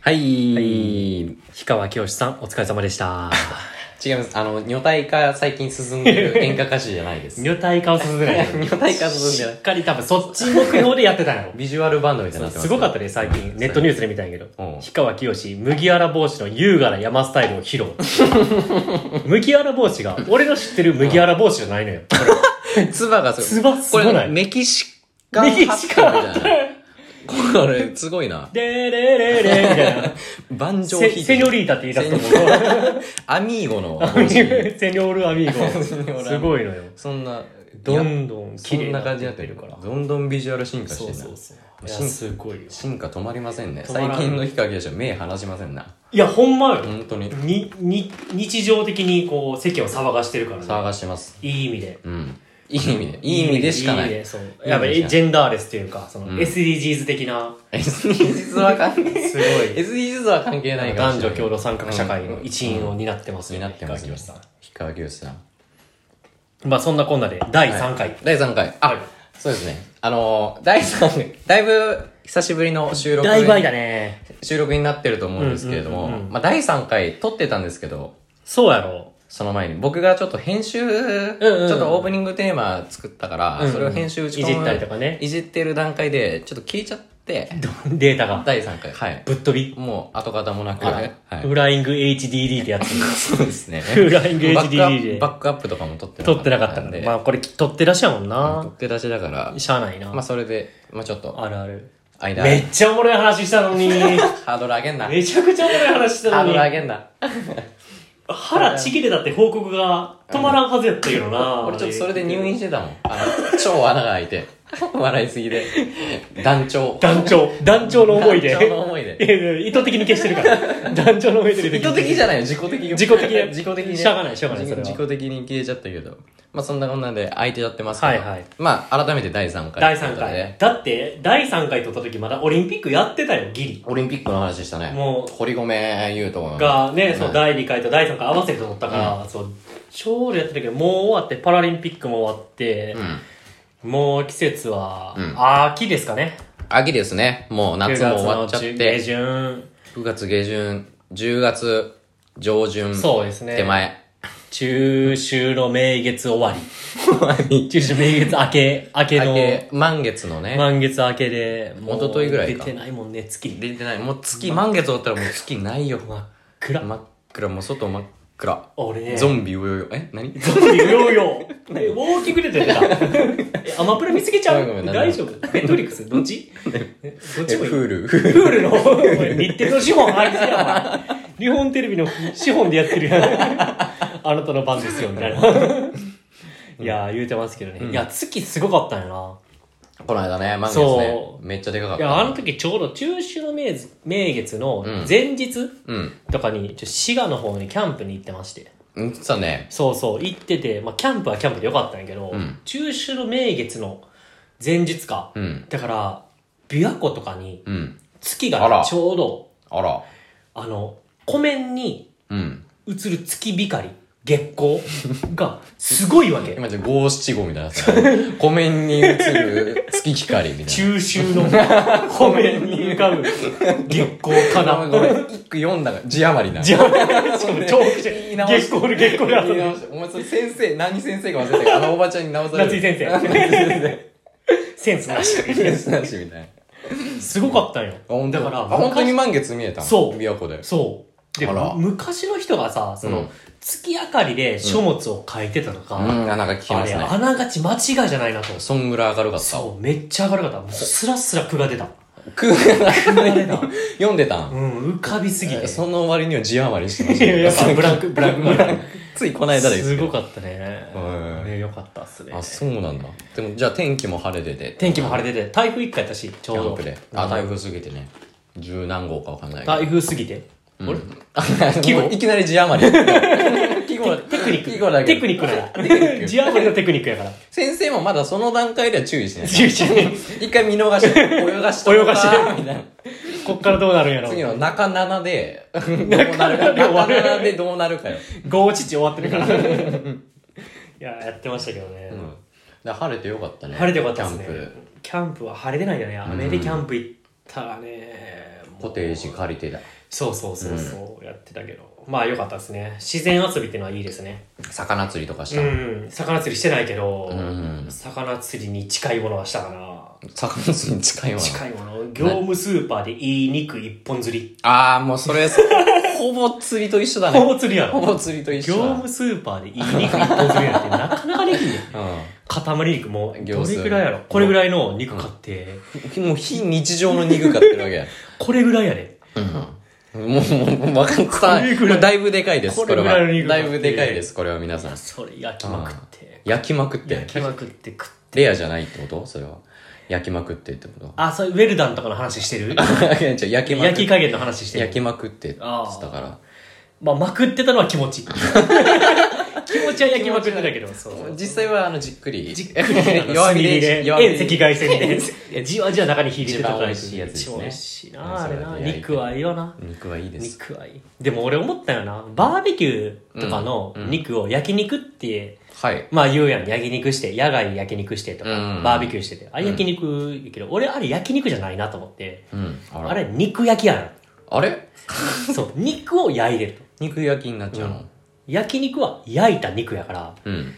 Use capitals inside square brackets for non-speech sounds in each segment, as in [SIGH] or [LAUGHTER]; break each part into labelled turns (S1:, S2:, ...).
S1: はい。
S2: はい氷川きよしさん、お疲れ様でした。
S1: 違います。あの、女体化最近進んでる演歌歌手じゃない [LAUGHS] です。。
S2: [LAUGHS] 女体化を進んでない [LAUGHS]
S1: 女体化進んでない。
S2: しっかり多分そっち目標でやってたんやろ
S1: ビジュアルバンドみたいになってますす。
S2: ごかったね、最近。ネットニュースで見たんやけど。
S1: うん
S2: 氷川きよし、麦わら帽子の優雅な山スタイルを披露。 [LAUGHS] 麦わら帽子が、俺の知ってる麦わら帽子じゃないのよ。
S1: つばがすごい。
S2: 唾すごない
S1: これ、メキシカン
S2: メキシカン
S1: ハッピーみたいな。これ、すごいな。
S2: でーれれれみたいな。
S1: 万丈
S2: セ
S1: ヒ
S2: セニョリータって言い出すと思う。
S1: アミーゴの帽
S2: [LAUGHS] セニ
S1: 子。
S2: ョルアミー
S1: ョ
S2: ゴ。
S1: ル
S2: すごいのよ。
S1: [LAUGHS] そんな、
S2: ど
S1: いや
S2: んどん
S1: そ
S2: 綺麗
S1: んな感じになってるから。どんどんビジュアル進化して
S2: そ
S1: る
S2: う
S1: な。
S2: そうそう。い
S1: 進
S2: や、すごいよ。
S1: 進化止まりませんね。
S2: 止まら
S1: 最
S2: ん
S1: 近の氷川きよしは目離しませんな。
S2: いや、ほんまよ。
S1: 本当に。
S2: にに日常的にこう世間を騒がしてるからね
S1: 騒がしてます。
S2: いい意味で
S1: うん。いい意味で。いい意味でしかない
S2: い意味で
S1: い。
S2: そう
S1: い
S2: やっぱ
S1: いい意味でしかない
S2: りジェンダーレスというかその
S1: うん
S2: SDGs 的な
S1: [LAUGHS] SDGs は関係
S2: すごい
S1: SDGs は関係ないかも
S2: 男
S1: しれ
S2: 女
S1: ない
S2: 共同参画社会の一員を担ってます
S1: に
S2: よ
S1: な
S2: ね
S1: ってますね
S2: 氷川きよし
S1: 氷川きよしさん
S2: さんまあそんなこんなで第3
S1: は
S2: 回
S1: い第3回あ、
S2: はい
S1: そうですねあのー第3回 [LAUGHS] だいぶ久しぶりの収録
S2: 大倍だね
S1: 収録になってると思うんですけれども、
S2: うんうんうんうん
S1: まあ、第3回撮ってたんですけど
S2: そうやろ
S1: その前に僕がちょっと編集、
S2: んうん
S1: ちょっとオープニングテーマ作ったから、
S2: うんうん
S1: それを編集打ち込む
S2: いじったりとかね
S1: いじってる段階でちょっと聞いちゃって
S2: データが
S1: 第3回はい
S2: ぶっ飛び
S1: もう跡形もなく、
S2: あ
S1: は
S2: ら
S1: い、
S2: フライング HDD って
S1: [LAUGHS]
S2: やつ
S1: そうですね
S2: フライング HDD で
S1: バックアップバックアップとかも撮って
S2: 撮ってなかったか
S1: ん
S2: ら
S1: で
S2: まあこれ撮ってらっしゃるもん
S1: 取
S2: な
S1: って出しだから、
S2: しゃあないな
S1: まあそれで、まあちょっと、
S2: あるある
S1: 間、
S2: めっちゃおもろい話したのに
S1: ハードル上げんな。
S2: めちゃくちゃおもろい話した
S1: ハー
S2: の
S1: ド
S2: に
S1: ル上げんな。
S2: 腹ちぎれたって報告が止まらんはずやったけどな
S1: 俺ちょっとそれで入院してたもん。あの、超穴が開いて。 [LAUGHS] 笑いすぎで。団長。
S2: 団長団長の思いで
S1: 団長の思いで
S2: [LAUGHS] いやいや意図的に消して
S1: [LAUGHS]
S2: るから団長の思いで
S1: 意図的じゃ
S2: ない
S1: ないよ、自己的に。
S2: 自己的ね
S1: 自己的にね。
S2: しょうがないしょうがないそれは
S1: 自己的に消えちゃったけど。まあそんなこんなんで空いてやってますけど。
S2: はいはい
S1: まあ改めて第3回。
S2: 第3回。だって第3回撮った時まだオリンピックやってたよギリ
S1: オリンピックの話したね。
S2: もう
S1: 堀米優とか
S2: がね、そう
S1: だ。
S2: 第2回と第3回合わせて撮ったから、そうちょうどやってたけどもう終わってパラリンピックも終わって
S1: う、ん。
S2: もう季節は、
S1: うん
S2: 秋ですかね
S1: 秋ですね。もう夏も終わっちゃっ
S2: 9月の
S1: て
S2: 中。下旬
S1: 9月下旬、10月上旬、
S2: そうですね
S1: 手前。
S2: 中秋の名月終わり。
S1: 終わり。
S2: 中秋名月明け、明け
S1: 明け
S2: の、
S1: 満月のね。
S2: 満月明けで、もう
S1: 一昨日ぐらいか
S2: 出てないもんね、月に。
S1: 出てない。もう月、満月終わったらもう月ないよ。真っ
S2: 暗
S1: 真っ暗、もう外真っ暗。
S2: 俺ね、
S1: ゾ
S2: ン
S1: ンビうよよ。え何
S2: ビヨーヨー。えウォーキングデッド
S1: [LAUGHS]
S2: やってた。えアマプラ見つけちゃ
S1: ごめん
S2: う
S1: ごめんなん
S2: 大
S1: で
S2: 丈夫ネットフリックスどっちえどっ
S1: え
S2: ちもいい。
S1: フ
S2: プ
S1: ール。フール。
S2: ールの、お前日テレの資本入りすぎや、お前。日本テレビの資本でやって
S1: [LAUGHS]
S2: るやん。あなたの番ですよ、みたいな。いやー、言うてますけどね。いや、月すごかったんやな。
S1: [LAUGHS] この間ね、満月ね
S2: そ。
S1: めっちゃでかかっ
S2: いや、あの
S1: た。
S2: 時ちょうど中秋の名月名月の前日
S1: うん。
S2: とかに、ちょ滋賀の方にキャンプに行ってまして。
S1: うん、実はね、
S2: そうそう、行ってて、まあ、キャンプはキャンプでよかったんやけど、
S1: うん
S2: 中秋の名月の前日か。
S1: うん。
S2: だから、琵琶湖とかに
S1: うん。
S2: 月
S1: あ
S2: が
S1: ら
S2: ねちょうど、
S1: あら。
S2: あの、湖面に
S1: うん。
S2: 映る月光、
S1: [LAUGHS]
S2: 月光がすごいわけ。
S1: 今じゃ五七五みたいなさ。湖面に映る月光
S2: [LAUGHS]
S1: みたいな。
S2: 中秋の湖面に浮かぶ月光かな。
S1: ごめん、一句読んだが字余りな。
S2: じゃあ、その調布じゃ
S1: 言い
S2: ん
S1: 直し
S2: 月光で月光で遊ん
S1: 言い
S2: で
S1: 直してお前それ先生、何先生か忘れたけど、あのおばちゃんに直される。
S2: 夏井先生
S1: 夏井先
S2: センスなし。
S1: 生。夏井先生み
S2: [LAUGHS]
S1: たいな。
S2: すごかったんよ。だから、
S1: あ本当に
S2: 昔
S1: 満月見えたの
S2: そう
S1: 琵琶湖で。
S2: そう。で
S1: あら、
S2: 昔の人がさ、その、
S1: うん
S2: 月明かりで書物を書いてたとか、
S1: うん、あなんか聞き
S2: あ
S1: ま
S2: れ、
S1: すね。
S2: あながち間違いじゃないなと。
S1: そんぐらい明るかった。
S2: そう、めっちゃ明るかった。もうスラスラ句が出た。
S1: 空がなくな
S2: あれだ
S1: 読んでた。
S2: うんん、浮かびすぎて。
S1: その割には字余りしてま
S2: いやいや
S1: した。
S2: ブラックブラック
S1: ブラックついこの間ですす。
S2: ごかったね
S1: うん。
S2: ね、よかったっすね
S1: あ、。そうなんだ。でも、じゃあ天気も晴れてて。
S2: 天気も晴れてて、台風一回やったし、ちょ
S1: キ
S2: う
S1: ャン
S2: ど
S1: プで。。あ、台風過ぎてね。十何号かわかんないけど。
S2: 台風すぎて。あれ
S1: 季 [LAUGHS] 語いきなり字
S2: [LAUGHS]
S1: 余り。季語
S2: テクニック。
S1: 季語だけど
S2: テクニック
S1: テクニッ
S2: な
S1: ク
S2: ら。ジアブリのテクニックや
S1: [LAUGHS]
S2: から。
S1: 先生もまだその段階では注意しない。
S2: 注意しない
S1: 一回見逃して、泳がして。
S2: 泳がして
S1: みたいな。
S2: こっからどうなるんやろ。
S1: 次の中7で、どうなるか。
S2: で終
S1: 中
S2: わる
S1: 7でどうなるかよ。
S2: ゴーチチ終わって
S1: [LAUGHS]
S2: るから。いや、やってましたけどね。
S1: うん。だから晴れてよかったね。
S2: 晴れてよかったですね
S1: キャンプ。。
S2: キャンプは晴れてないよね。雨でキャンプ行ったらねもう
S1: コテージ借りてだ
S2: そうそうそうそう、やってたけどまあ良かったですね自然遊びっていうのはいいですね
S1: 魚釣りとかし
S2: う
S1: た、
S2: ん魚釣りしてないけど、
S1: うん
S2: 魚釣りに近いものはしたかな
S1: 魚釣りに近いわな
S2: 近いもの業務スーパーでいい肉一本釣り
S1: ああもうそれ [LAUGHS] ほぼ釣りと一緒だ
S2: ほ
S1: ね
S2: ぼ釣りや
S1: ほ
S2: ろ
S1: ぼ釣りと一
S2: 業
S1: 緒だ
S2: 務スーパーでいい肉一本釣りなんてなかなかできん
S1: [LAUGHS]
S2: ねん
S1: う
S2: 塊肉も
S1: 行
S2: ど
S1: 数
S2: れぐらいやろこれぐらいの肉買って、
S1: んもう非日常の肉買ってるわけや
S2: これぐらいやで
S1: うんもう、もう、わかん
S2: これぐらい
S1: だいぶでかいです、こ
S2: こ
S1: れ
S2: れぐ
S1: は
S2: らいの。肉
S1: だいぶでかいです、これは皆さん。
S2: それ焼きまくって
S1: 焼きまくって
S2: 焼。きまくって食って
S1: レアじゃないってことそれは。焼きまくってってこと [LAUGHS]
S2: あそれウェルダンとかの話してる
S1: いやじゃあ焼きまくっ
S2: 焼き
S1: て。
S2: 加減の話してる
S1: 焼きまくってって言ってたから。
S2: まあまくってたのは気
S1: [LAUGHS]
S2: 持ち気持ちは焼きまくってたけどそう
S1: 実際は、あの、じっくり。
S2: じっく
S1: [LAUGHS]
S2: りあ
S1: 弱
S2: の炭
S1: 火
S2: 火
S1: で
S2: で、
S1: 弱火
S2: 遠赤
S1: [LAUGHS]
S2: 外線
S1: 遠
S2: でじわじわ中に火入れてた
S1: 一番美味しいやつですね
S2: 一番美味しいなあ
S1: うん
S2: れ
S1: そ
S2: な
S1: れで焼いて
S2: 肉はいいよな
S1: 肉はいいです。
S2: 肉はいいでも俺思ったよなバーベキューとかの肉を焼肉って
S1: はい。
S2: まあ言うやん焼肉して野外焼肉してとか
S1: うん
S2: バーベキューしててあれ焼肉やけど俺あれ焼肉じゃないなと思って
S1: うん。
S2: あ
S1: あれ
S2: れ肉焼きや
S1: [LAUGHS] あれ
S2: んそう肉を焼いてると
S1: 肉焼きになっちゃうの
S2: 焼肉は焼いた肉やから
S1: うん。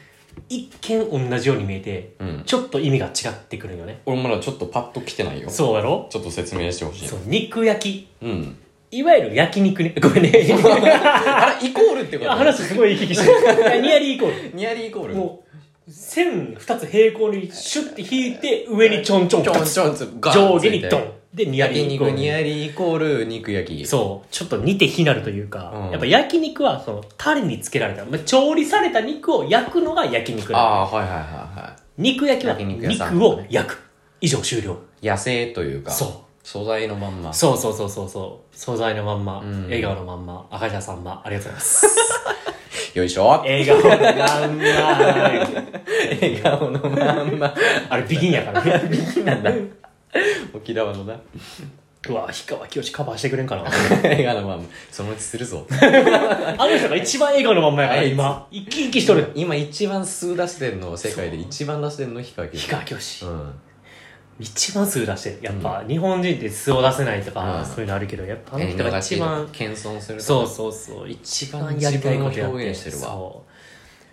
S2: 一見同じように見えて、
S1: うん
S2: ちょっと意味が違ってくるんよね
S1: 俺まだちょっとパッと来てないよ。
S2: そうやろ
S1: ちょっと説明してほしい
S2: そ。う肉焼
S1: うん。
S2: きいわゆる焼肉ねごめんね [LAUGHS]
S1: あれ、イコールってこと
S2: 話すごい行き来し
S1: [LAUGHS]
S2: てるいやニアリーイコー
S1: ニアリーイコー
S2: ル
S1: ル
S2: もう線二つ平行にシュッて引いて上にちょんちょん
S1: ちょん
S2: 二つ
S1: ちょんつガ
S2: 上
S1: ンつ
S2: 下
S1: いて
S2: にドンでニアリ
S1: 焼
S2: ーイコ
S1: 肉ニ
S2: ール
S1: アリーイコール肉焼き
S2: そうちょっと似て非なるというか、
S1: うん
S2: やっぱ焼肉はそのタレにつけられた、まあ、調理された肉を焼くのが焼肉なの
S1: ああーはいはいはいは
S2: 肉焼きは
S1: 焼肉屋さん
S2: 肉を焼く以上終了
S1: い野生というか
S2: そ
S1: 素材のまんま
S2: そうそうそうそうそう素材のまんま、
S1: ん
S2: 笑顔のまんま赤田さんまありがとうございます
S1: [LAUGHS] よいしょ
S2: 笑顔のまんま
S1: 笑顔のまん [LAUGHS] ま
S2: [LAUGHS] あれビギンやからね [LAUGHS] ビギンなんだ
S1: 沖縄のな
S2: うわ氷川きよしカバーしてくれんかな
S1: 笑顔のまんまそのうちするぞ
S2: あの人が一番笑顔のまんまやから今生き生きしとる
S1: 今一番数出してんの世界で一番出してんの氷川きよ
S2: 氷
S1: し
S2: 川きよし、
S1: うん
S2: 一番数出してるやっぱ、日本人って素を出せないとか、
S1: うん
S2: そういうのあるけどやっぱあの
S1: 遠
S2: 人
S1: 慮
S2: が
S1: がち
S2: 一番
S1: 謙遜する
S2: そう
S1: う
S2: そうそう一
S1: 番
S2: 番やりたいこと
S1: 自
S2: や
S1: 分
S2: っ
S1: を
S2: て
S1: 表現してるわ
S2: そ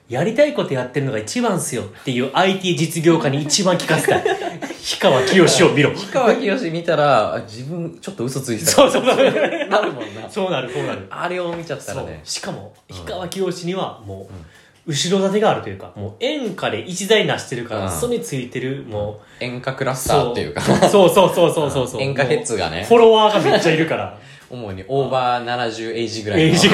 S2: うやりたいことやってるのが一番っすよっていう IT 実業家に一番聞かせたい [LAUGHS] 氷川きよしを見 [LAUGHS] ろ
S1: 氷川きよし見たらあ自分ちょっと嘘ついてた
S2: そうそうそう
S1: なるもんな
S2: そうなるそうなる
S1: あれを見ちゃった
S2: そ
S1: ら
S2: う
S1: ね
S2: しかも氷川きよしにはもう後ろ盾があるというかもう演歌で一材なしてるから、
S1: うん
S2: そについてるもう
S1: 演歌クラスタ
S2: そ
S1: ーっていうか
S2: そうそうそうそうそうそう
S1: 演歌ヘッズが
S2: もう
S1: ね
S2: フォロワーがめっちゃいるから
S1: [LAUGHS] 主にオーバー70エイジぐらい
S2: え
S1: の
S2: ー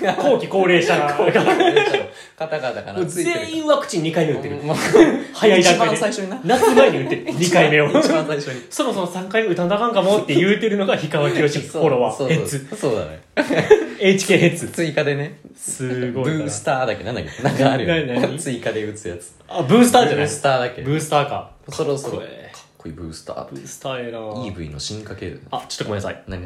S2: ぐらい [LAUGHS] 後期高齢者
S1: [LAUGHS]
S2: が
S1: 方々か
S2: も
S1: な
S2: う
S1: ついてる
S2: 全員ワクチン2回目打ってる
S1: もう
S2: 早い段階で
S1: 一番最初にな
S2: 夏前に打っ
S1: [LAUGHS]
S2: てる2回目を
S1: 一番最初に
S2: そもそも3回目打たんだあかんかもって言うてるのが氷川きよしフォロ
S1: [LAUGHS]
S2: ワ
S1: そ
S2: ー
S1: う
S2: ヘ
S1: そう
S2: ッズ
S1: そうだね
S2: HK ヘッズ
S1: 追加でね
S2: す
S1: ブ
S2: ごいな
S1: ースターだっけなんだっけなんかあるよ
S2: 何
S1: ね
S2: 何
S1: 追加で打つやつ
S2: あブースターじゃ
S1: ブ
S2: ない
S1: ースターだっけ
S2: ブースターか
S1: そろそろ
S2: か
S1: か
S2: っこ
S1: っ
S2: ええ
S1: こいいブースター
S2: ブースターええな
S1: EV の進化系だよね
S2: あちょっとごめんなさい
S1: 何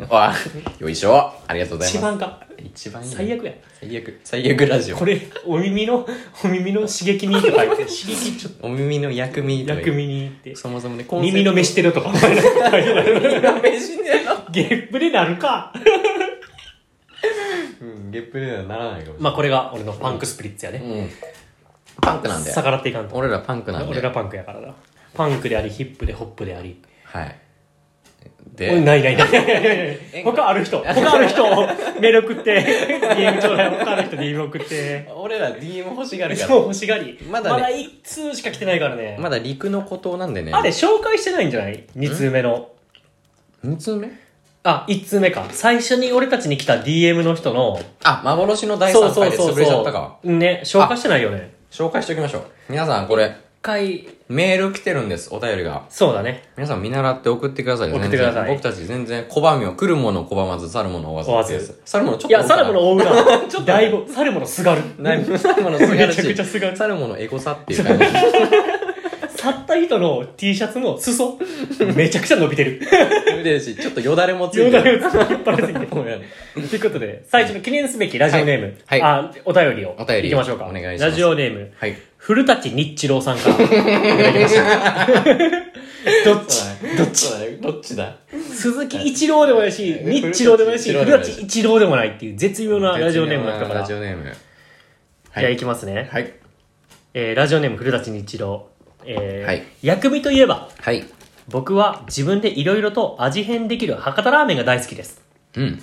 S1: 何 [LAUGHS] わあよいしょありがとうござい
S2: 一
S1: ます
S2: 番か
S1: 一番いいね
S2: 最悪や
S1: 最悪最悪ラジオ
S2: これお耳のお耳の刺激に
S1: [LAUGHS]
S2: とか言って刺激ちょっと
S1: お耳の薬味とか言う
S2: 薬味にって
S1: そもそもね
S2: [LAUGHS] 耳の飯テロとか
S1: 耳の飯ね
S2: ゲップでなるか
S1: うん、ゲップではならないかもしれない。
S2: まあこれが俺のパンクスプリッツやね
S1: うん。パンクなんだよ。
S2: 逆らっていかんと
S1: 俺らパンクなんだ
S2: 俺
S1: よ。
S2: がパンクやからなパンクでありヒップでホップであり
S1: はい。
S2: おい
S1: で、
S2: ないないないないないない他あ
S1: [LAUGHS]
S2: る人他ある人メール送って DM ちょうだい他ある人 DM 送って
S1: 俺ら DM 欲しがるか
S2: そう欲しがり
S1: まだね
S2: まだ1通しか来てないからね
S1: ら。まだ陸の孤島なんでね。
S2: あれ紹介してないんじゃない2通目の
S1: ?2 通目
S2: あ1通目か最初に俺たちに来た DM の人の
S1: あ、幻の第3回で潰れちゃったか。
S2: ね紹介してないよね
S1: 紹介しておきましょう。皆さん、これ、
S2: 一回
S1: メール来てるんです、お便りが。
S2: そうだね
S1: 皆さん見習って送ってくださいよ
S2: 送ってくださ
S1: 全
S2: い
S1: 然僕たち全然拒みを来るもの拒まず、去るもの追わずです。去るものちょっと
S2: いや
S1: 多か
S2: サ
S1: な
S2: ルモの大 [LAUGHS] 浦だいぶサルモのすがる
S1: だいぶ去るものすがるし
S2: めちゃくちゃすがる
S1: 去るものエゴさっていう感
S2: [LAUGHS]
S1: じ。
S2: 去った人の T シャツの裾めちゃくちゃ伸びてる
S1: めでるし、ちょっとよだれもつい
S2: よ
S1: て
S2: だれ
S1: る。
S2: を突き引っ張ら [LAUGHS] せて。
S1: もうやる
S2: ということで、最初の記念すべきラジオネーム。
S1: はいは
S2: あ、お便りを。
S1: お便り
S2: 行きましょうか。
S1: お願いします
S2: ラジオネーム。
S1: はい。
S2: 古舘日知郎さん [LAUGHS] から。いただきました。どっち
S1: どっちだよどっちだ
S2: 鈴木一郎でもないし、
S1: はい
S2: 日一郎でもないし、
S1: 古
S2: 古
S1: 舘
S2: 舘一郎でもないっていう絶妙なラジオネームだったか
S1: ラ
S2: ら。じ
S1: ジ
S2: ゃ
S1: オネーム。
S2: あ
S1: はい
S2: 行きますね。
S1: はい。
S2: えーラジオネーム古舘日郎。えー
S1: はい
S2: 薬味といえば、
S1: はい。
S2: 僕は自分でいろいろと味変できる博多ラーメンが大好きです。
S1: うん。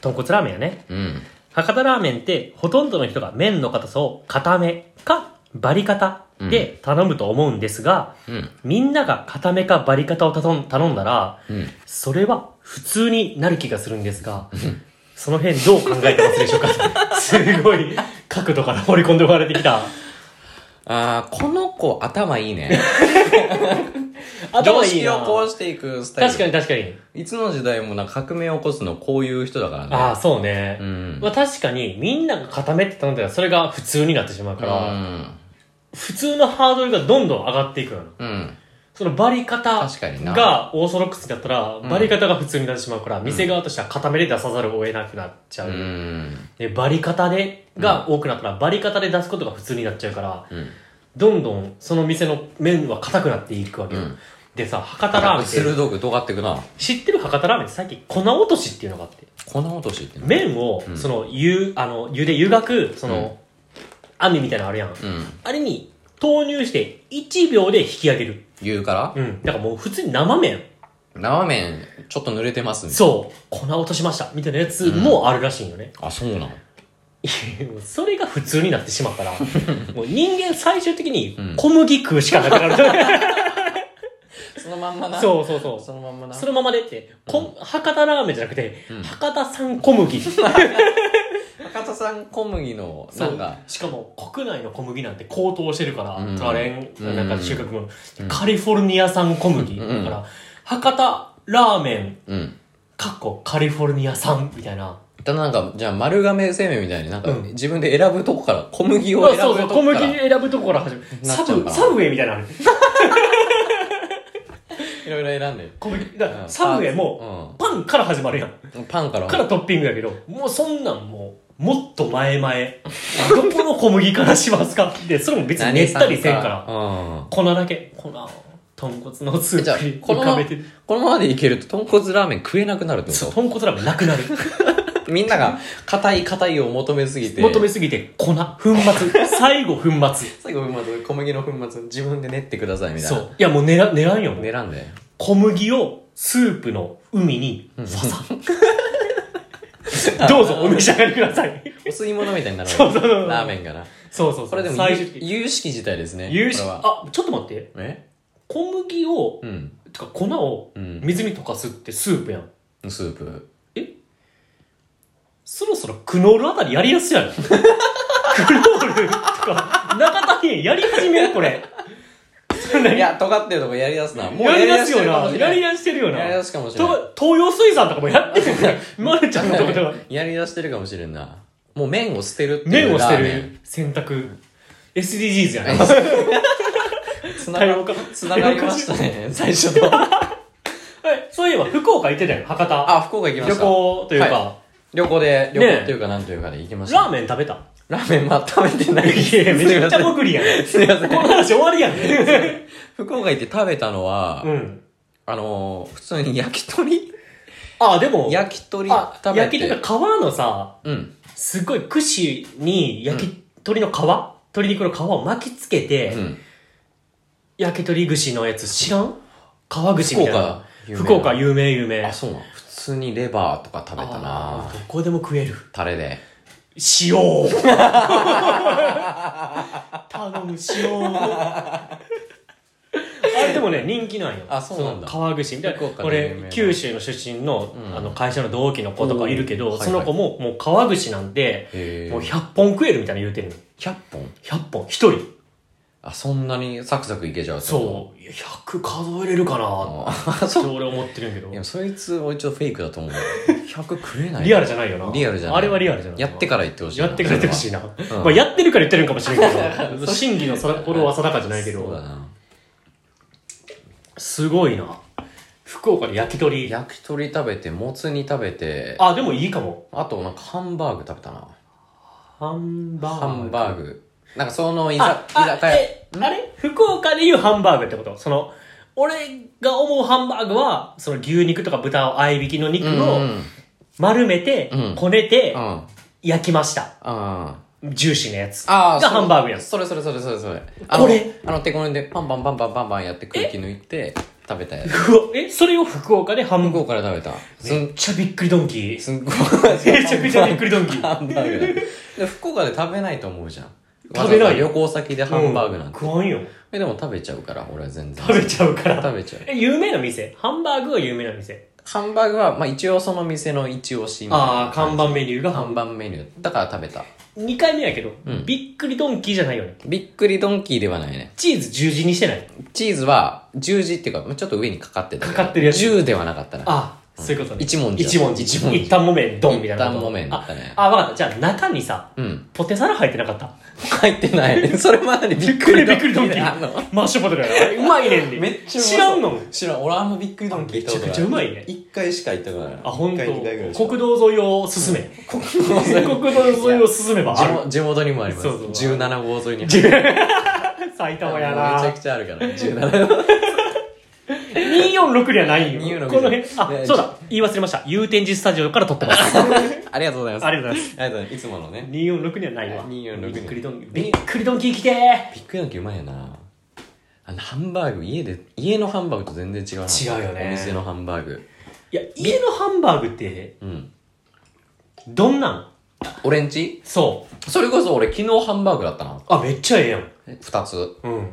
S2: 豚骨ラーメンやね。
S1: うん。
S2: 博多ラーメンってほとんどの人が麺の硬さを固めかバリ固で頼むと思うんですが、
S1: うん。
S2: みんなが固めかバリ固を頼ん頼んだら、
S1: うん。
S2: それは普通になる気がするんですが、その辺どう考えてますでしょう
S1: [LAUGHS]
S2: かすごい角度から掘り込んでおられてきた。
S1: あー、この子頭いいね。
S2: [LAUGHS] 頭いい
S1: 常
S2: な
S1: 識をこうしていくスタイル。
S2: 確かに確かに。
S1: いつの時代もなんか革命を起こすのこういう人だからね。
S2: ああ、そうね。
S1: うん
S2: まあ確かに、みんなが固めって頼んだら、それが普通になってしまうから、普通のハードルがどんどん上がっていくのよ
S1: うん。うん。
S2: そのバリ方
S1: 確かにな
S2: がオーソドックスだったら、
S1: ん
S2: バリ方が普通になってしまうから、店側としては固めで出さざるを得なくなっちゃう。
S1: うん。
S2: で、バリ方で、が多くなったら、バリ方で出すことが普通になっちゃうから、
S1: うん。
S2: どんどんその店の麺は硬くなっていくわけよ。
S1: うん
S2: でさ、博多ラーメンって、
S1: 鋭く尖っていくな。
S2: 知ってる博多ラーメンって最近粉落としっていうのがあって、
S1: 粉落としってね。
S2: 麺を、
S1: うん
S2: その、ゆ、あの、ゆで、湯がく、その、網みたいなのあるやん。
S1: うん。
S2: あれに投入して1秒で引き上げる。
S1: 言うから、
S2: うん。だからもう普通に生麺、
S1: 生麺、ちょっと濡れてますね。
S2: そう、粉落としました、みたいなやつもあるらしいんよね。
S1: あ、そうなの
S2: もうそれが普通になってしまう
S1: [LAUGHS]
S2: から、もう人間最終的に
S1: うん
S2: 小麦食うしかなく
S1: [LAUGHS]
S2: なる。
S1: そのまんまな。
S2: そうそうそう。
S1: そのまんまな。
S2: そのままでって、こん、博多ラーメンじゃなくて、
S1: うん
S2: 博多産小麦。
S1: 博多産小麦の、
S2: そ
S1: なん
S2: う
S1: か、
S2: しかも国内の小麦なんて高騰してるから、
S1: うん
S2: 取られん、
S1: うん
S2: なんか収穫も、カリフォルニア産小麦、
S1: うん
S2: だから、博多ラーメン、
S1: うん。
S2: かっこカリフォルニア産みたいな。
S1: ただなんか、じゃあ丸亀製麺みたいになんか、
S2: うん
S1: 自分で選ぶとこから、小麦を
S2: まあ
S1: 選
S2: そう
S1: ぶ
S2: そう
S1: と
S2: 小
S1: こか
S2: 麦
S1: ら。
S2: 選ぶとこから始める。
S1: なっちゃ
S2: サ
S1: うか
S2: ブ、
S1: ら
S2: サブウェイみたいなのある。
S1: いろいろ選んで。
S2: 小麦、だから
S1: うん
S2: サブウェイも、パンから始まるやん。
S1: パンから。
S2: からトッピングやけど、もうそんなんもう、もっと前々、どこの小麦からしますかって、それも別に練ったりせんから。
S1: うん。
S2: 粉だけ、粉を、豚骨のス
S1: じゃ
S2: ー
S1: あ
S2: プに
S1: この
S2: 浮かべてる。
S1: このままでいけると、豚骨ラーメン食えなくなるって
S2: そう
S1: こ
S2: 豚骨ラーメンなくなる。
S1: と [LAUGHS] みんなが、硬い硬いを求めすぎて。
S2: 求めすぎて、粉、粉末、最後粉末。
S1: 最後、まず小麦の粉末、自分で練ってくださいみたい
S2: そ
S1: な。
S2: う。いやもう狙、狙うんよ、もう
S1: 練らん
S2: [LAUGHS]
S1: で。
S2: 小麦をスープの海に、ファ
S1: [LAUGHS]
S2: サ。どうぞお召し上がりください。
S1: お吸い物みたいになる
S2: そうそうそう
S1: ラーメンがな。
S2: そうそうそう。
S1: これでも
S2: 最
S1: 有
S2: 終的に。
S1: 有識自体ですね。
S2: 有識
S1: これは
S2: あ、ちょっと待って。
S1: え
S2: 小麦を、
S1: うん。
S2: てか粉を
S1: うん。
S2: 水に溶かすってスープやん。
S1: スープ。
S2: そろそろクノールあたりやりやすいやろ。 [LAUGHS] クノールとか、中田編やり始める
S1: [LAUGHS]
S2: これ。
S1: いや、尖ってるとこやりだすな。もう
S2: やりだす
S1: して
S2: よ
S1: るかも
S2: な。
S1: しれ
S2: や
S1: な
S2: り
S1: [LAUGHS] い。
S2: だしてるよな。
S1: やりだすかもしれない
S2: と東洋水産とかもやってるよね。
S1: [LAUGHS]
S2: まるちゃんのとこでは。
S1: やりだしてるかもしれんな。もう麺を捨てるっていう。
S2: 麺を捨て
S1: ラーメン
S2: る。選択。SDGs やな。
S1: つなが
S2: 多様化
S1: つながりましたね、最初と。
S2: はいそういえば、福岡行ってたよ、博多。
S1: あ、福岡行きま
S2: 旅
S1: した。
S2: 行という
S1: は
S2: か、
S1: 旅行で、旅
S2: ねえ
S1: 行っていうかなんというかで行きました。
S2: ラーメン食べた。
S1: ラーメン、まあ食べてない。
S2: いやいや、めちゃくちゃ
S1: すいま
S2: 潜りやん。こ
S1: せん。すいません
S2: の話終わり
S1: [LAUGHS]
S2: やん。
S1: 福岡行って食べたのは、
S2: うん。
S1: あのー、普通に焼き鳥
S2: あ、でも、
S1: 焼き鳥
S2: あ
S1: 食べ
S2: 焼き
S1: て。
S2: 鳥の皮のさ、
S1: うん。
S2: すごい串に焼き鳥の皮、鶏肉の皮を巻きつけて、
S1: うん。
S2: 焼き鳥串のやつ知らん皮
S1: 福
S2: 串みたいな
S1: 岡。
S2: 福岡有名有名。
S1: あ、そうなの普通にレバーとか食べた
S2: あ
S1: な
S2: ーどこでも食える。
S1: タレで。 [LAUGHS]
S2: 塩頼む
S1: [LAUGHS]
S2: 塩あれでもね人気なんよ
S1: あそうなんだ
S2: その皮串みたい
S1: 福岡
S2: な
S1: の有名な
S2: 俺九州の出身の,、
S1: うん
S2: あの会社の同期の子とかいるけ
S1: お
S2: ど
S1: ーはい
S2: その子も、もう皮串なんて
S1: へ
S2: もう
S1: ー。
S2: 100本食えるみたいな言うてるの
S1: 100本
S2: 100本1人
S1: あ、そんなにサクサクいけちゃう
S2: そういや100数えれるかなっ
S1: あー
S2: て俺思ってるんやけ
S1: い
S2: ど
S1: や、そいつ、俺ちょっとフェイクだと思う。100食えない。
S2: リアルじゃないよな
S1: リアルじゃない。
S2: あれはリアルじゃない
S1: やってから言ってほしいな。
S2: やってくれてほしいな、
S1: ん
S2: まあ、やってるから言ってるんかもしれんけど真偽の定ころは定かじゃないけど
S1: そうだな。
S2: すごいな。福岡で焼き鳥。
S1: 焼き鳥食べて、もつ煮食べて、あ
S2: あ、でもいいかも。
S1: となんかハンバーグ食べたな。
S2: ハンバーグ。
S1: ハンバーグ。なんかその居
S2: あ
S1: ざ居酒
S2: あ
S1: 屋。
S2: えあれ福岡でいうハンバーグってことその、俺が思うハンバーグは、その牛肉とか豚を合いびきの肉
S1: うんうんう
S2: を
S1: ん。
S2: 丸めて、
S1: うん
S2: こねて
S1: う、ん。
S2: 焼きました。
S1: あ
S2: ジューシーなやつ。
S1: あー。
S2: がハンバーグやん
S1: それそれそれそれそれ。
S2: これ
S1: あの、あの手こねでパンパンパンパンパンパンやって空気抜いて食べたやつ。
S2: ふわえ、それを福岡でハ
S1: 向
S2: ンバ
S1: こ
S2: ー
S1: うから食べた。す
S2: グ。め
S1: ん、
S2: っちゃびっくりドンキー。
S1: すんごい。
S2: めちゃくちゃびっくりドンキー。
S1: ハンバーグだ。で、福岡で食べないと思うじゃん。
S2: 食べ
S1: わざわ
S2: ないよ
S1: ざ旅行先でハンバーグなんて。
S2: うん食わんよ。
S1: え、でも食べちゃうから、俺は全然。
S2: 食べちゃうから。
S1: 食べちゃう。
S2: [LAUGHS] え、有名な店ハンバーグは有名な店。
S1: ハンバーグは、まあ一応その店の一押しみたいな
S2: ああ、看板メニューがハン
S1: 看板メニュー。だから食べた。
S2: 2回目やけど、
S1: うん
S2: びっくりドンキーじゃないよね。
S1: びっくりドンキーではないね。
S2: チーズ十字にしてない。
S1: チーズは、十字っていうかまあ、ちょっと上にかかってたけど。
S2: かかってるやつ
S1: 十ではなかったな。
S2: あそういうことね。
S1: 一文字
S2: 一文字。
S1: 一文字
S2: 一旦もめん、ドンみたいなこ
S1: 一
S2: と。
S1: 旦もめんだったね
S2: あ、あわかった。じゃあ中にさ、
S1: うん。
S2: ポテサラ入ってなかった。
S1: 入ってない。 [LAUGHS] それまでにびっ
S2: こ
S1: く
S2: れ
S1: り
S2: び
S1: ド
S2: っ
S1: ン
S2: く
S1: キ
S2: りドン
S1: ー
S2: キ
S1: であん
S2: ー
S1: の。。
S2: マッシュポテトやろあれうまいねんで。
S1: めっちゃうまそう
S2: 知らんの
S1: 知らん。俺あんまびっくりドンキー行ったことない。
S2: めちゃくちゃうまいね
S1: 一回しか行ったことない。
S2: あ、本当。
S1: 一回二回ぐらいしか
S2: 国道沿いを進め。国
S1: 道沿い
S2: 道沿いを進めば
S1: 地
S2: ある。
S1: 元地元にもあります。
S2: そうそう
S1: 17号沿いに。
S2: 埼
S1: もう
S2: 玉
S1: めち
S2: や
S1: ゃ
S2: な
S1: くちゃあるから。17号。
S2: 246にはないんよ。
S1: 246
S2: この辺。あ、
S1: ね
S2: そうだ。言い忘れました。祐天寺スタジオから撮ってます。 [LAUGHS]
S1: ありがとうございます。
S2: [LAUGHS] ありがとうございます。
S1: ありがとうございます。いつものね。
S2: 246にはないわ。
S1: 246に
S2: びっくりドンキー。びっくりドンキー来て
S1: びっくりドンキーうまいよな。あの、ハンバーグ、家で、家のハンバーグと全然違うな。
S2: 違うよね
S1: お店のハンバーグ。
S2: いや、家のハンバーグって、
S1: うん。
S2: どんなん
S1: 俺んち
S2: そう。
S1: それこそ俺昨日ハンバーグだったな。
S2: あ、めっちゃええやん。
S1: 二つ。
S2: うん。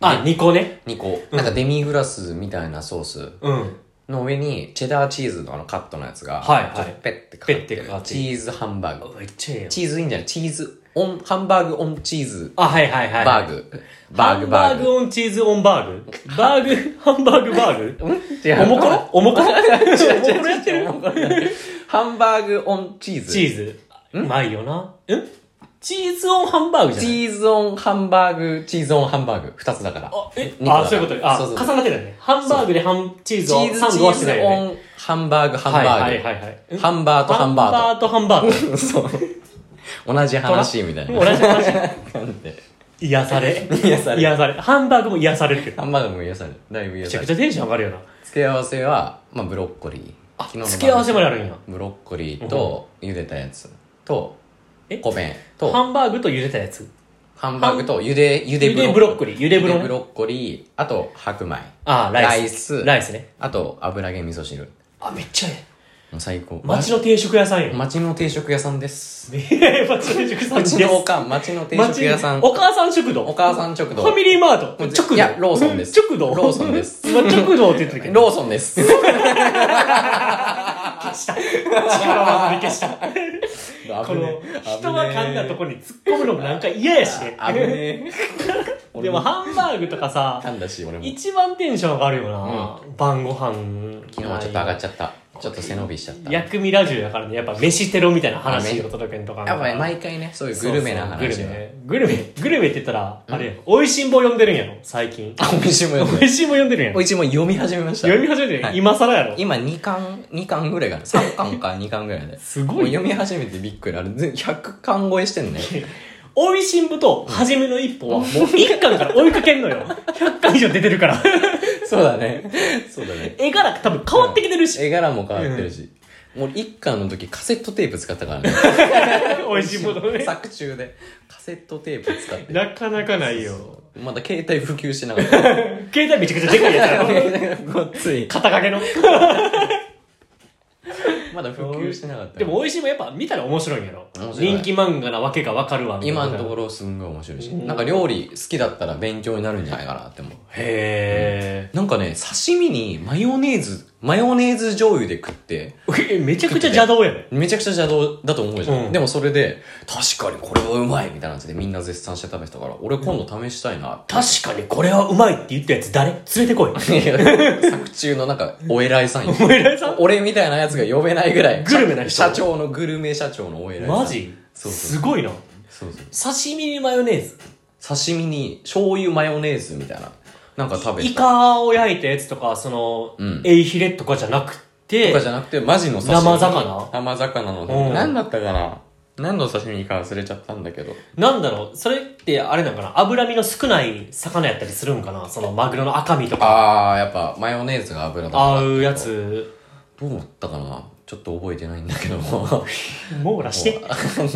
S2: あ、2個ね。
S1: 二個。なんかデミグラスみたいなソース
S2: うん。
S1: の上に、チェダーチーズのあのカットのやつが、
S2: はいはい
S1: ちょっとペッてかかって
S2: ペッて
S1: る
S2: かかって
S1: チ
S2: る
S1: ーズハンバーグ。
S2: めっちゃええやん。
S1: チーズいいんじゃないチーズ、オン、ハンバーグオンチーズ、
S2: あ、はいはいはい。
S1: バーグ。バーグ、
S2: ハ
S1: バー
S2: ンバーグ
S1: グ。
S2: オンチーズオンバーグ。バ [LAUGHS] ーグ、ハンバーグバーグ。
S1: 違う
S2: おもころおもころおもころやってる
S1: ハンバーグオンチーズ。
S2: チーズ。うまいよな。んチーズオンハンバーグ
S1: チ
S2: じゃない
S1: ーズオンハンバーグ、チーズオンハンバーグ。二つだから。
S2: あ、え
S1: 二個だから
S2: あ、そういうことあ、
S1: そうそう
S2: 重なってたね。ハンバーグでハン、チー
S1: チ
S2: ズを
S1: ーズ、
S2: サン
S1: チ
S2: ドはしてた
S1: ーズ
S2: よね。
S1: オンハンバーグ、ハン
S2: はい
S1: バ
S2: は
S1: ー
S2: い
S1: グ。
S2: はいはい。
S1: ハンバーグとハンバーグ。
S2: ハンバーとハンバー
S1: そう。同じ話みたい [LAUGHS]
S2: グ。
S1: な。
S2: もう同じ話。
S1: なんで
S2: 癒され。
S1: 癒され
S2: 癒され。ハンバーグも癒されるけど。
S1: ハンバーグも癒される。だいぶ
S2: め
S1: 癒
S2: ち
S1: さ
S2: ゃ
S1: れ
S2: く
S1: る。
S2: ちゃテンション上がるよな。
S1: 付け合わせは、まあ、ブロッコリー。
S2: あ、
S1: の
S2: 付け合わせまであるんや。
S1: ブロッコリーと、茹でたやつと
S2: え、
S1: 米と、
S2: ハンバーグと茹でたやつ。
S1: ハンバーグと、茹で、茹で
S2: 茹でブロッコリー。茹で
S1: 茹
S2: ブ
S1: で
S2: ロ
S1: ブ
S2: ね。
S1: ロッコリー、あと、白米。
S2: あー、ライス。
S1: ス
S2: ライスね。
S1: あと、油揚げ味噌汁。
S2: あ、めっちゃええ。
S1: もう最高。
S2: 町の定食屋さんよ。
S1: 町の定食屋さんです。
S2: [LAUGHS] え町の定食さんです
S1: 町のおかん、町の定食屋さん。
S2: 町お母さん食堂。
S1: お母さん食堂
S2: ファミリーマート。
S1: もう
S2: 直堂。
S1: いやローソンです
S2: 直堂。
S1: ローソンです
S2: 今直堂って言ってるけど。
S1: ローソン [LAUGHS] です。
S2: 消した。力技で消した。こ
S1: こ
S2: の、人が噛んだとこに突っ込むのもなんか嫌やしね。
S1: 危ねえ。
S2: でもハンバーグとか
S1: 噛
S2: さ、
S1: んだし、俺も。
S2: 一番テンション上がるよな。晩ご飯。
S1: 昨日はちょっと上がっちゃった。ちょっと背伸びしちゃった。やっ
S2: 薬味ラジオやからね、やっぱ飯テロみたいな話を届けんとかな。
S1: ぱり毎回ね、そういうグルメな話
S2: そうそ
S1: が。
S2: うグルメグルメグルメって言ったらあれや美味しんぼ読んでるんやろ最近
S1: あ、美味しいもん読ん
S2: 美
S1: で。
S2: 味しんぼ読んでるんや
S1: お
S2: ろ
S1: いしいもん読み始めました。
S2: 読み始めてる、
S1: はい
S2: 今更やろ
S1: 今2巻、二巻ぐらいかな。3巻か2巻ぐらいで。
S2: すごい
S1: もう読み始めてびっくり。あれ、全100巻超えしてん [LAUGHS] ね。
S2: 美味しんぼと初めの一歩はもう1巻から追いかけんの [LAUGHS] よ100巻以上出てるから
S1: そうだね。そうだね。
S2: 絵柄多分変わってきてるし、
S1: 絵柄も変わってるし。もう1巻の時カセットテープ使ったからね。
S2: [LAUGHS] 美味しんぼとね
S1: 作中でカセットテープ使って。
S2: なかなかないよ
S1: まだ携帯普及してなか
S2: [LAUGHS]
S1: った。
S2: 携帯めちゃくちゃでかいやつやろ
S1: ごっつい。
S2: [LAUGHS] 肩掛けの
S1: まだ普及してなかった。
S2: でも、美味しんぼやっぱ見たら面白いんやろ
S1: 面白い
S2: 人気漫画なわけがわかるわみたいな
S1: 今のところすんごい面白いし、なんか料理好きだったら勉強になるんじゃないかなって思う。
S2: へ
S1: なんかね、刺身にマヨネーズ、マヨネーズ醤油で食って、
S2: えめちゃくちゃ邪道やね
S1: めちゃくちゃ邪道だと思うじゃん。
S2: うん
S1: でもそれで、確かにこれはうまいみたいなやつでみんな絶賛して食べてたから、俺今度試したいなって。
S2: 確かにこれはうまいって言ったやつ誰連れてこ [LAUGHS] い。
S1: いや作中のなんか、お偉いさんよ。
S2: お偉いさん
S1: 俺みたいなやつが呼べないぐらい。
S2: グルメな人
S1: 社長のグルメ社長のお偉いさん。
S2: マジ
S1: そうそう
S2: すごいな。
S1: そうそう。
S2: 刺身にマヨネーズ。
S1: 刺身に醤油マヨネーズみたいな。なんか食べ
S2: イ
S1: た。
S2: カを焼いたやつとか、その、
S1: うん
S2: エイヒレとかじゃなくて
S1: とか、じゃなくて、マジの刺身。
S2: 生魚
S1: 生魚の
S2: う
S1: 刺
S2: ん
S1: 身。何だったかな何の刺身か忘れちゃったんだけど。
S2: なんだろう、それってあれなのかな脂身の少ない魚やったりするんかなそのマグロの赤身とか、
S1: あー、やっぱマヨネーズが油だった。
S2: 合うや。つ、
S1: どう思ったかなちょっと覚えてないんだけども。 [LAUGHS]
S2: 網羅して、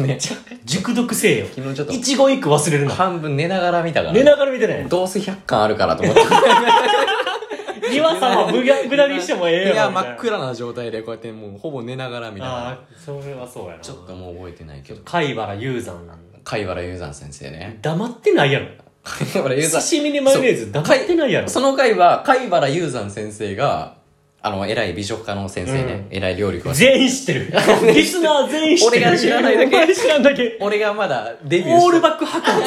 S1: ね、
S2: 熟読せえよ。
S1: 昨日ちょっ
S2: 一語一句忘れる
S1: と [LAUGHS]
S2: な。
S1: 半分寝ながら見たから。
S2: 寝ながら見てね。
S1: どうせ100巻あるからと思って。
S2: 岩さんを無駄無駄にしてもええよ。
S1: いや、
S2: みた
S1: 真っ。暗な状態でこうやってもうほぼ寝ながら見たから。
S2: ああ、それはそうやな。
S1: ちょっともう覚えてないけど。
S2: 貝原雄山なんだ。
S1: 貝原雄山先生ね。 [LAUGHS]
S2: 黙ってないやろ。
S1: 貝原雄山。
S2: 刺身にマヨネーズ黙ってないやろ。
S1: その回は、貝原雄山先生が、あの、偉い美食家の先生ね、偉い料理家。
S2: 全員知ってる。リスナー全員知ってる。
S1: 俺が知らないだけ
S2: お前知らんだけ。
S1: 俺がまだデビュー
S2: オール
S1: バ
S2: バック白髪。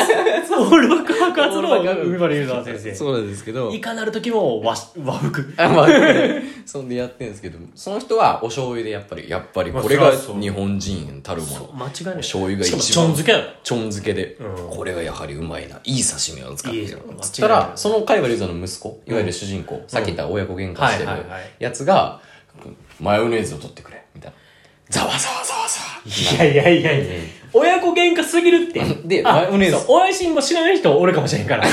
S2: オールバック白髪の海原雄山先生。
S1: そうなんですけど
S2: い、かなる時も和し和服。
S1: あまあ、 [LAUGHS] そんでやってんですけど、その人はお醤油でやっぱり、やっぱりこれ
S2: ま
S1: が
S2: あそりゃそう
S1: 日本人たるもの。
S2: 間違いない。
S1: 醤油が一番
S2: しかもちょん漬けやろ。
S1: ちょん漬けで、
S2: うん
S1: これがやはりうまいな。いい刺身を使って
S2: いい
S1: る
S2: じゃん。
S1: つった
S2: 間違いな
S1: ら、
S2: い
S1: その貝原雄山の息子、いわゆる主人公、さっき言った親子喧嘩してる
S2: はいはいはい
S1: やつが、マヨネーズを取ってくれ、みたいな。ざわざわざわざわ。
S2: いやいやいやいや、親子喧嘩すぎるって。
S1: で
S2: あ
S1: マヨネーズ
S2: そう親父も知らない人おるかもしれんから。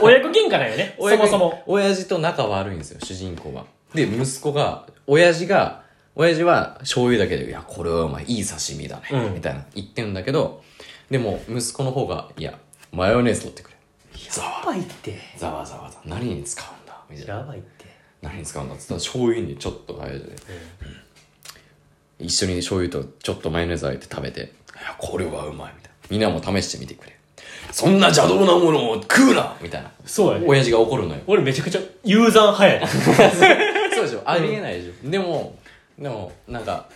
S2: 親子喧嘩なんよね、そもそも。
S1: 親父と仲悪いんですよ主人公はで息子が親父が親父は醤油だけで「いやこれはお前いい刺身だね」
S2: うん
S1: みたいな言ってるんだけどでも息子の方が「いやマヨネーズ取ってくれ」ざわ
S2: やばいって。
S1: ざわざわざわ何に使うんだみたいな
S2: やばいって。
S1: 何に使うんだっつったら醤油にちょっとあれで、一緒に醤油とちょっとマヨネーズあえて食べていやこれはうまいみたいなみんなも試してみてくれそんな邪道なものを食うなみたいな
S2: そうやね。
S1: 親父が怒るのよ
S2: 俺めちゃくちゃユーザー派やね。
S1: そうでしょありえないでしょ、でもでもなんか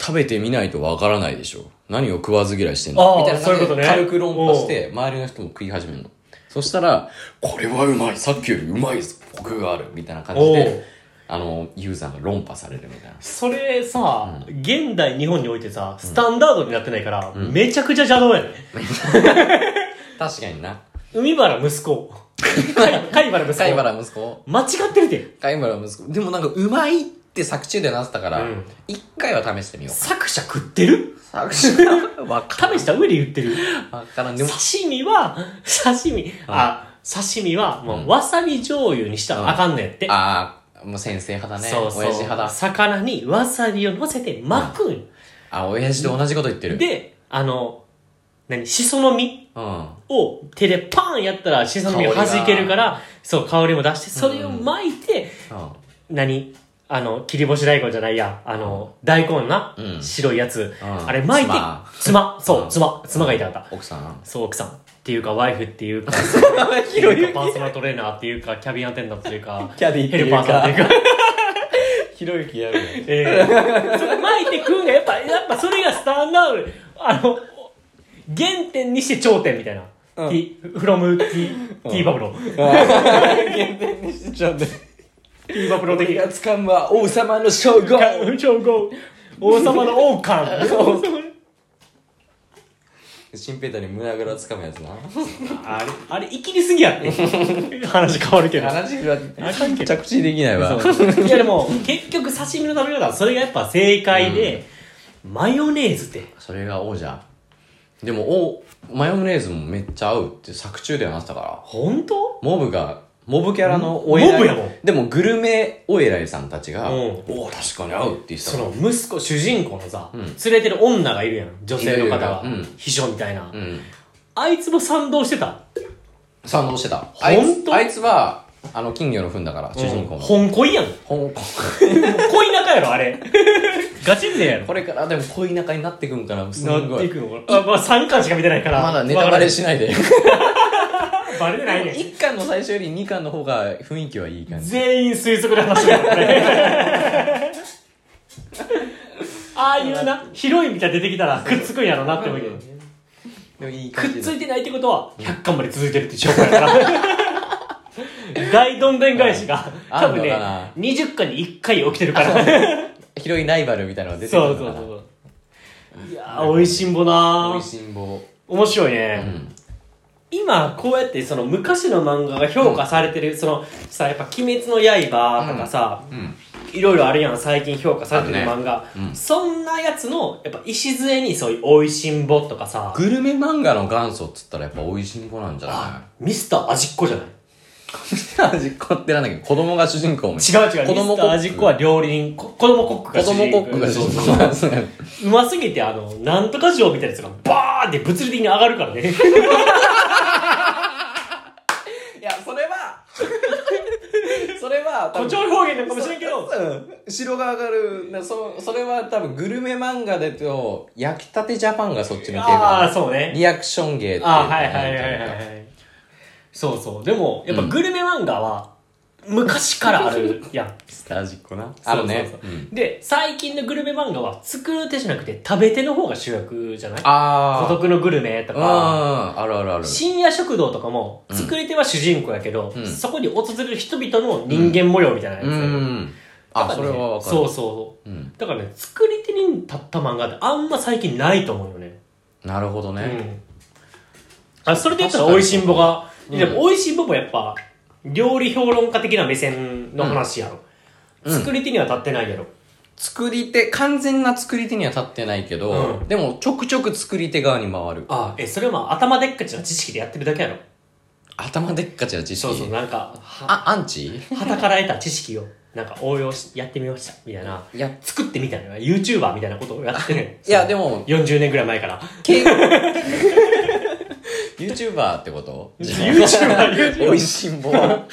S1: 食べてみないとわからないでしょ何を食わず嫌いしてん
S2: あ
S1: の
S2: あ
S1: みたいな感じ
S2: そういうこと
S1: で
S2: ね
S1: 軽く論破して周りの人も食い始めるのそしたら「これはうまいさっきよりうまいぞコクがある」みたいな感じ
S2: おう
S1: であのユーザーが論破されるみたいな
S2: それさ、現代日本においてさ、スタンダードになってないから、めちゃくちゃ邪道やね。
S1: 確かにな
S2: 海原息子。貝貝原息子。
S1: 貝原息子
S2: 間違ってるて。
S1: 貝原息子でもなんかうまいって作中でなってたから
S2: うん
S1: 一、回は試してみよう
S2: 作者食ってる
S1: 作中わからん
S2: 試した上で言ってる。
S1: わからんでも
S2: 刺身は、刺身、あ、刺身は、もう、わさび醤油にしたらあかんねんって。
S1: ああもう先生派だね
S2: そうそう。
S1: 親父派だ
S2: 魚にわさびを乗せて巻くんよ
S1: あ、親父と同じこと言ってる。
S2: で、あの、何、しその実
S1: うん。
S2: を手でパーンやったら、しその実を弾けるから、そう、香りも出して、それを巻いて、何あの、切り干し大根じゃないや、あの、大根な、
S1: うん
S2: 白いやつ、
S1: うん
S2: あれ巻いて
S1: 妻、
S2: つま、そうう、
S1: ん
S2: つま、つまがいたかった。
S1: 奥さん。
S2: そう、奥さん。っていうか、ワイフって
S1: [LAUGHS]
S2: いうか、って
S1: 広
S2: いうかパーソナルトレーナーっていうか、キャビンアテンダントっていうか、
S1: キャディ
S2: ヘルパーさんっていうか、
S1: ひろゆきやるね。
S2: えー、それ巻いて食うんが、やっぱ、やっぱそれがスタンダード。あの、原点にして頂点みたいな。
S1: うん
S2: t, from t, t バブロ。
S1: 原点にしちゃうんで。
S2: t バブロ的。
S1: 掴むは王様の称号
S2: 超豪。王様の王冠。
S1: 新ペーターに胸ぐら掴むやつな。
S2: あれ、あれ、生きりすぎやって。話変わるけど。
S1: 話が
S2: あかんけど
S1: 着地できないわ。
S2: そういやでも、結局刺身の食べ方は、それがやっぱ正解で、マヨネーズって。
S1: それが王者。でも、お、マヨネーズもめっちゃ合うって作中で話したから。
S2: 本当
S1: モブが、モブキャラのお偉い。
S2: モブやもん
S1: でも、グルメお偉いさんたちが、
S2: うん
S1: おお、確かに合うって言ってた
S2: そ
S1: から。
S2: の息子、主人公のさ、
S1: ん
S2: 連れてる女がいるやん。女性の方が
S1: いるいるうん。
S2: 秘書みたいな。
S1: うん。
S2: あいつも賛同してた。
S1: 賛同してた。
S2: 当
S1: あいつあいつは、あの、金魚の糞だから、主人公の。
S2: 本恋やん。
S1: ほんこ
S2: 恋仲やろ、あれ。ガチでやろ。
S1: これからでも恋仲になってくんから、すん
S2: なっ
S1: ご
S2: てい
S1: い。
S2: くのかなあ、まあ3巻しか見てないから。
S1: まだネタバレしないで。で
S2: わからん。バ
S1: [LAUGHS]
S2: レてない
S1: も
S2: ね。
S1: 1巻の最初より2巻の方が雰囲気はいい感じ。
S2: 全員推測で話してるからね [LAUGHS] ああいうな、ヒロインみたいに出てきたらくっつくんやろなって思うけど。
S1: でもいい
S2: く
S1: 感
S2: っ
S1: じ
S2: つ
S1: で。
S2: いてないってことは、100巻まで続いてるって証拠や [LAUGHS] から。大どんでん返しが、
S1: ああ
S2: 多
S1: んの
S2: 分
S1: か
S2: ね
S1: な、
S2: 20巻に1回起きてるから。
S1: ヒロインライバルみたいなのが出てく
S2: そ
S1: るか
S2: うそう
S1: ら。
S2: そう。いやー、美味しんぼな
S1: 美
S2: ー
S1: 味しんぼ。
S2: 面白いうね。
S1: ん。
S2: 今こうやってその昔の漫画が評価されてる、そのさやっぱ「鬼滅の刃」とかさ、
S1: うん
S2: いろいろあるやん最近評価されてる漫画、
S1: あるねうん
S2: そんなやつのやっぱ礎にそういう「おいしんぼ」とかさ
S1: グルメ漫画の元祖っつったらやっぱ美味しんぼなんじゃな
S2: ミスター味っ子じゃない
S1: い味っ子ってなんだけど子供が主人公みたい
S2: 違う違う
S1: 子供
S2: ミスター味っ子は料理人こ子供コックが
S1: な子供コックが主人公なんですね
S2: うますぎてあのなんとか城みたいなやつがバーンって物理的に上がるか
S1: [LAUGHS]
S2: らね
S1: [LAUGHS] いやそれはそれは多
S2: 誇
S1: 分
S2: 張表現なんかもしれん
S1: [LAUGHS]
S2: けど
S1: うん城が上がるなそそれは多分グルメ漫画でと焼きたてジャパンがそっちの系
S2: ああ
S1: か
S2: そう
S1: な
S2: ね
S1: リアクション芸っていうか
S2: ああはいはいはいはい
S1: なんてい
S2: は
S1: うか
S2: いそうそうでもやっぱ
S1: うん
S2: グルメ漫画は昔からある
S1: [LAUGHS]
S2: やん
S1: スタジっ子なあるね
S2: そうそううそうんで最近のグルメ漫画は作る手じゃなくて食べ手の方が主役じゃない孤
S1: ああ
S2: 独のグルメと
S1: うん
S2: か
S1: あるあるある
S2: 深夜食堂とかも
S1: うん
S2: 作り手は主人公やけど、
S1: うん
S2: そこに訪れる人々の人間模様みたいなやつ、
S1: うん
S2: だ
S1: あ
S2: から
S1: それ
S2: ね
S1: は分かる
S2: そうそう
S1: うん
S2: だからね作り手に立った漫画ってあんま最近ないと思うよね
S1: なるほどね
S2: うん、あそれで言ったら「おいしんぼが」でも「おいしんぼ」もやっぱ料理評論家的な目線の話やろ、
S1: うん
S2: 作り手には立ってないやろ、
S1: 作り手完全な作り手には立ってないけど
S2: うん
S1: でもちょくちょく作り手側に回る
S2: ああえそれはまあ頭でっかちな知識でやってるだけやろ
S1: 頭でっかちな知
S2: そうそう
S1: 識
S2: なんかは
S1: あアンチ
S2: たから得た知識をなんか応用しやってみましたみたいない
S1: や
S2: 作ってみたいな YouTuber みたいなことをやってる
S1: いやで
S2: も
S1: も
S2: 40年ぐらい前から
S1: [LAUGHS] YouTuber ってこと
S2: YouTuber
S1: おいしんぼは。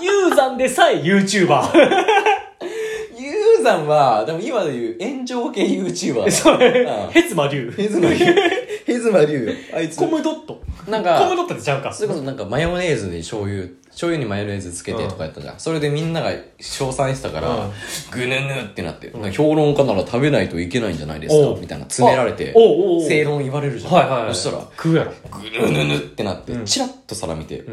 S2: ユーザンでさえ YouTuber
S1: ユーザンは、でも今で言う炎上系 YouTuber。
S2: それ
S1: うん
S2: ヘズマリュウ
S1: ヘズマリュウ。ヘズマリュウよ。あいつ
S2: コ。ムドット
S1: なん
S2: コム
S1: か、
S2: ドットでちゃうか
S1: それこそなんかマヨネーズに醤油、醤油にマヨネーズつけてとかやったじゃん。それでみんなが称賛したか
S2: う
S1: ら
S2: ん、
S1: ぐぬぬってなって、なんか評論家なら食べないといけないんじゃないです
S2: お
S1: か
S2: う
S1: みたいな詰められて
S2: あおうおうおう、
S1: 正論言われるじゃん。
S2: はいはいはい
S1: そしたら、
S2: 食うやろ
S1: ぐぬぬぬってなって、チラッと皿見て、
S2: ん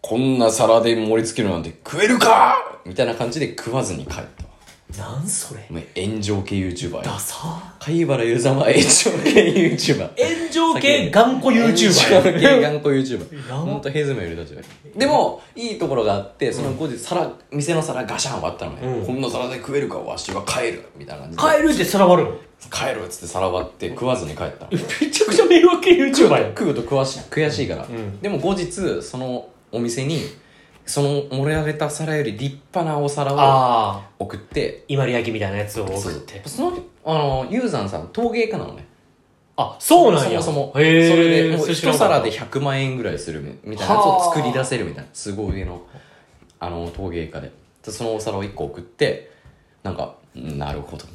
S1: こんな皿で盛り付けるなんて食えるかみたいな感じで食わずに帰った。
S2: なんそれ
S1: お前炎上系 YouTuber や
S2: ダ。サ
S1: 貝原ゆざま炎上系 YouTuber。
S2: 炎上系頑固 YouTuber
S1: 炎上系頑固 YouTuber。
S2: やば
S1: ほんとヘズメよりどっちより。でも、いいところがあって、その後日皿、店の皿ガシャン割ったの
S2: うん
S1: ね。こんな皿で食えるか、わしは帰る。みたいな感
S2: カエルってさらわるの
S1: じで。帰るっつって皿割って食わずに帰ったの。
S2: めちゃくちゃ迷惑系 YouTuber やん
S1: 食うと食わし悔しいから、
S2: ん
S1: でも後日そのお店にその盛り上げた皿より立派なお皿を
S2: ああ
S1: 送って
S2: 伊万里焼みたいなやつを送
S1: そ
S2: って
S1: のあのユーザンさん陶芸家なのね
S2: あそうなんや
S1: そもそもそ
S2: へえ
S1: れでもう一皿で100万円ぐらいするみたいなやつを作り出せるみたいなすごいのあの陶芸家ででそのお皿を1個送ってなんかうんなるほどね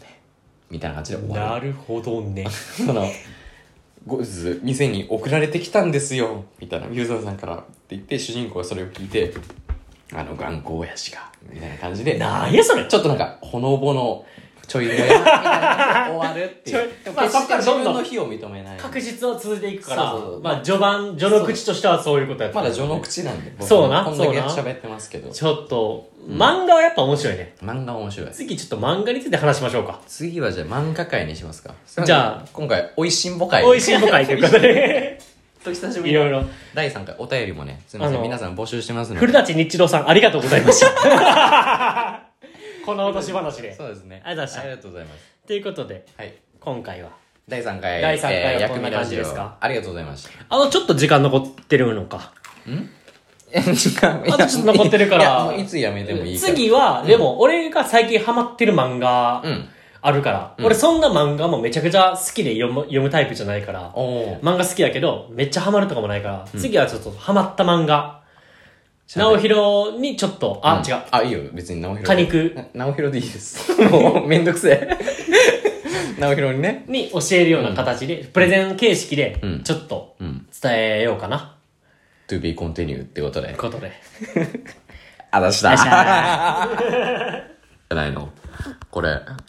S1: みたいな感じで終わ
S2: なるほどね
S1: るその後日店に送られてきたんですよみたいなユーザーさんからって言って主人公がそれを聞いてあの頑固親父がみたいな感じで
S2: なんやそれ
S1: ちょっとなんかほのぼのちょいのやみたいな感じで終わるっていう
S2: ちょいまあそっからどんど
S1: 決して自分
S2: ん
S1: の非を認めない
S2: 確実は続いていくから
S1: そうそうそう
S2: まあ序盤序の口としてはそういうことやった
S1: まだ序の口なんで、僕
S2: そうな
S1: こんだけ
S2: そうな
S1: 喋ってますけど。
S2: ちょっと漫画はやっぱ面白いね
S1: 漫画面白い。
S2: 次ちょっと漫画について話しましょうか
S1: 次はじゃあ漫画界にしますか。
S2: じゃあ、
S1: 今回、おいしんぼ会。
S2: おいしいの会というこ
S1: [LAUGHS]
S2: とで
S1: と久しぶり
S2: いろいろ
S1: 第3回、お便りもね、すみま
S2: あ
S1: せん、
S2: の
S1: 皆さん募集してますの
S2: 古
S1: で。
S2: 舘日郎さんありがとうございました
S1: [LAUGHS]
S2: この落とし話で
S1: そうですね。
S2: ありがとうござ
S1: あり
S2: いました
S1: がとうございます。
S2: ということで
S1: はい。
S2: 今回は
S1: 第3回、
S2: 第三回は
S1: えー薬
S2: こんな
S1: 味ラ
S2: 感
S1: ジ
S2: じ
S1: オ
S2: ですか
S1: ありがとうございました。
S2: あのちょっと時間残ってるのか
S1: あとち
S2: あとちょっと残ってるから
S1: いや、もういつやめてもいいから。
S2: 次は、でも俺が最近ハマってる漫画
S1: うん。
S2: あるから、俺そんな漫画もめちゃくちゃ好きで読む読むタイプじゃないから
S1: おー。
S2: 漫画好きやけどめっちゃハマるとかもないから、次はちょっとハマった漫画直弘にちょっとあ、違う
S1: あ、いいよ、別に直弘。
S2: 果肉
S1: な。 [LAUGHS] 直弘でいいです。 [LAUGHS] もう、めんどくせえ。直弘にね。
S2: に教えるような形で、プレゼン形式で
S1: うん
S2: ちょっと
S1: うん。
S2: 伝えようか
S1: [LAUGHS]
S2: な、
S1: to be continue ってことで
S2: という。ことで
S1: あだしだ。じゃないのこれ、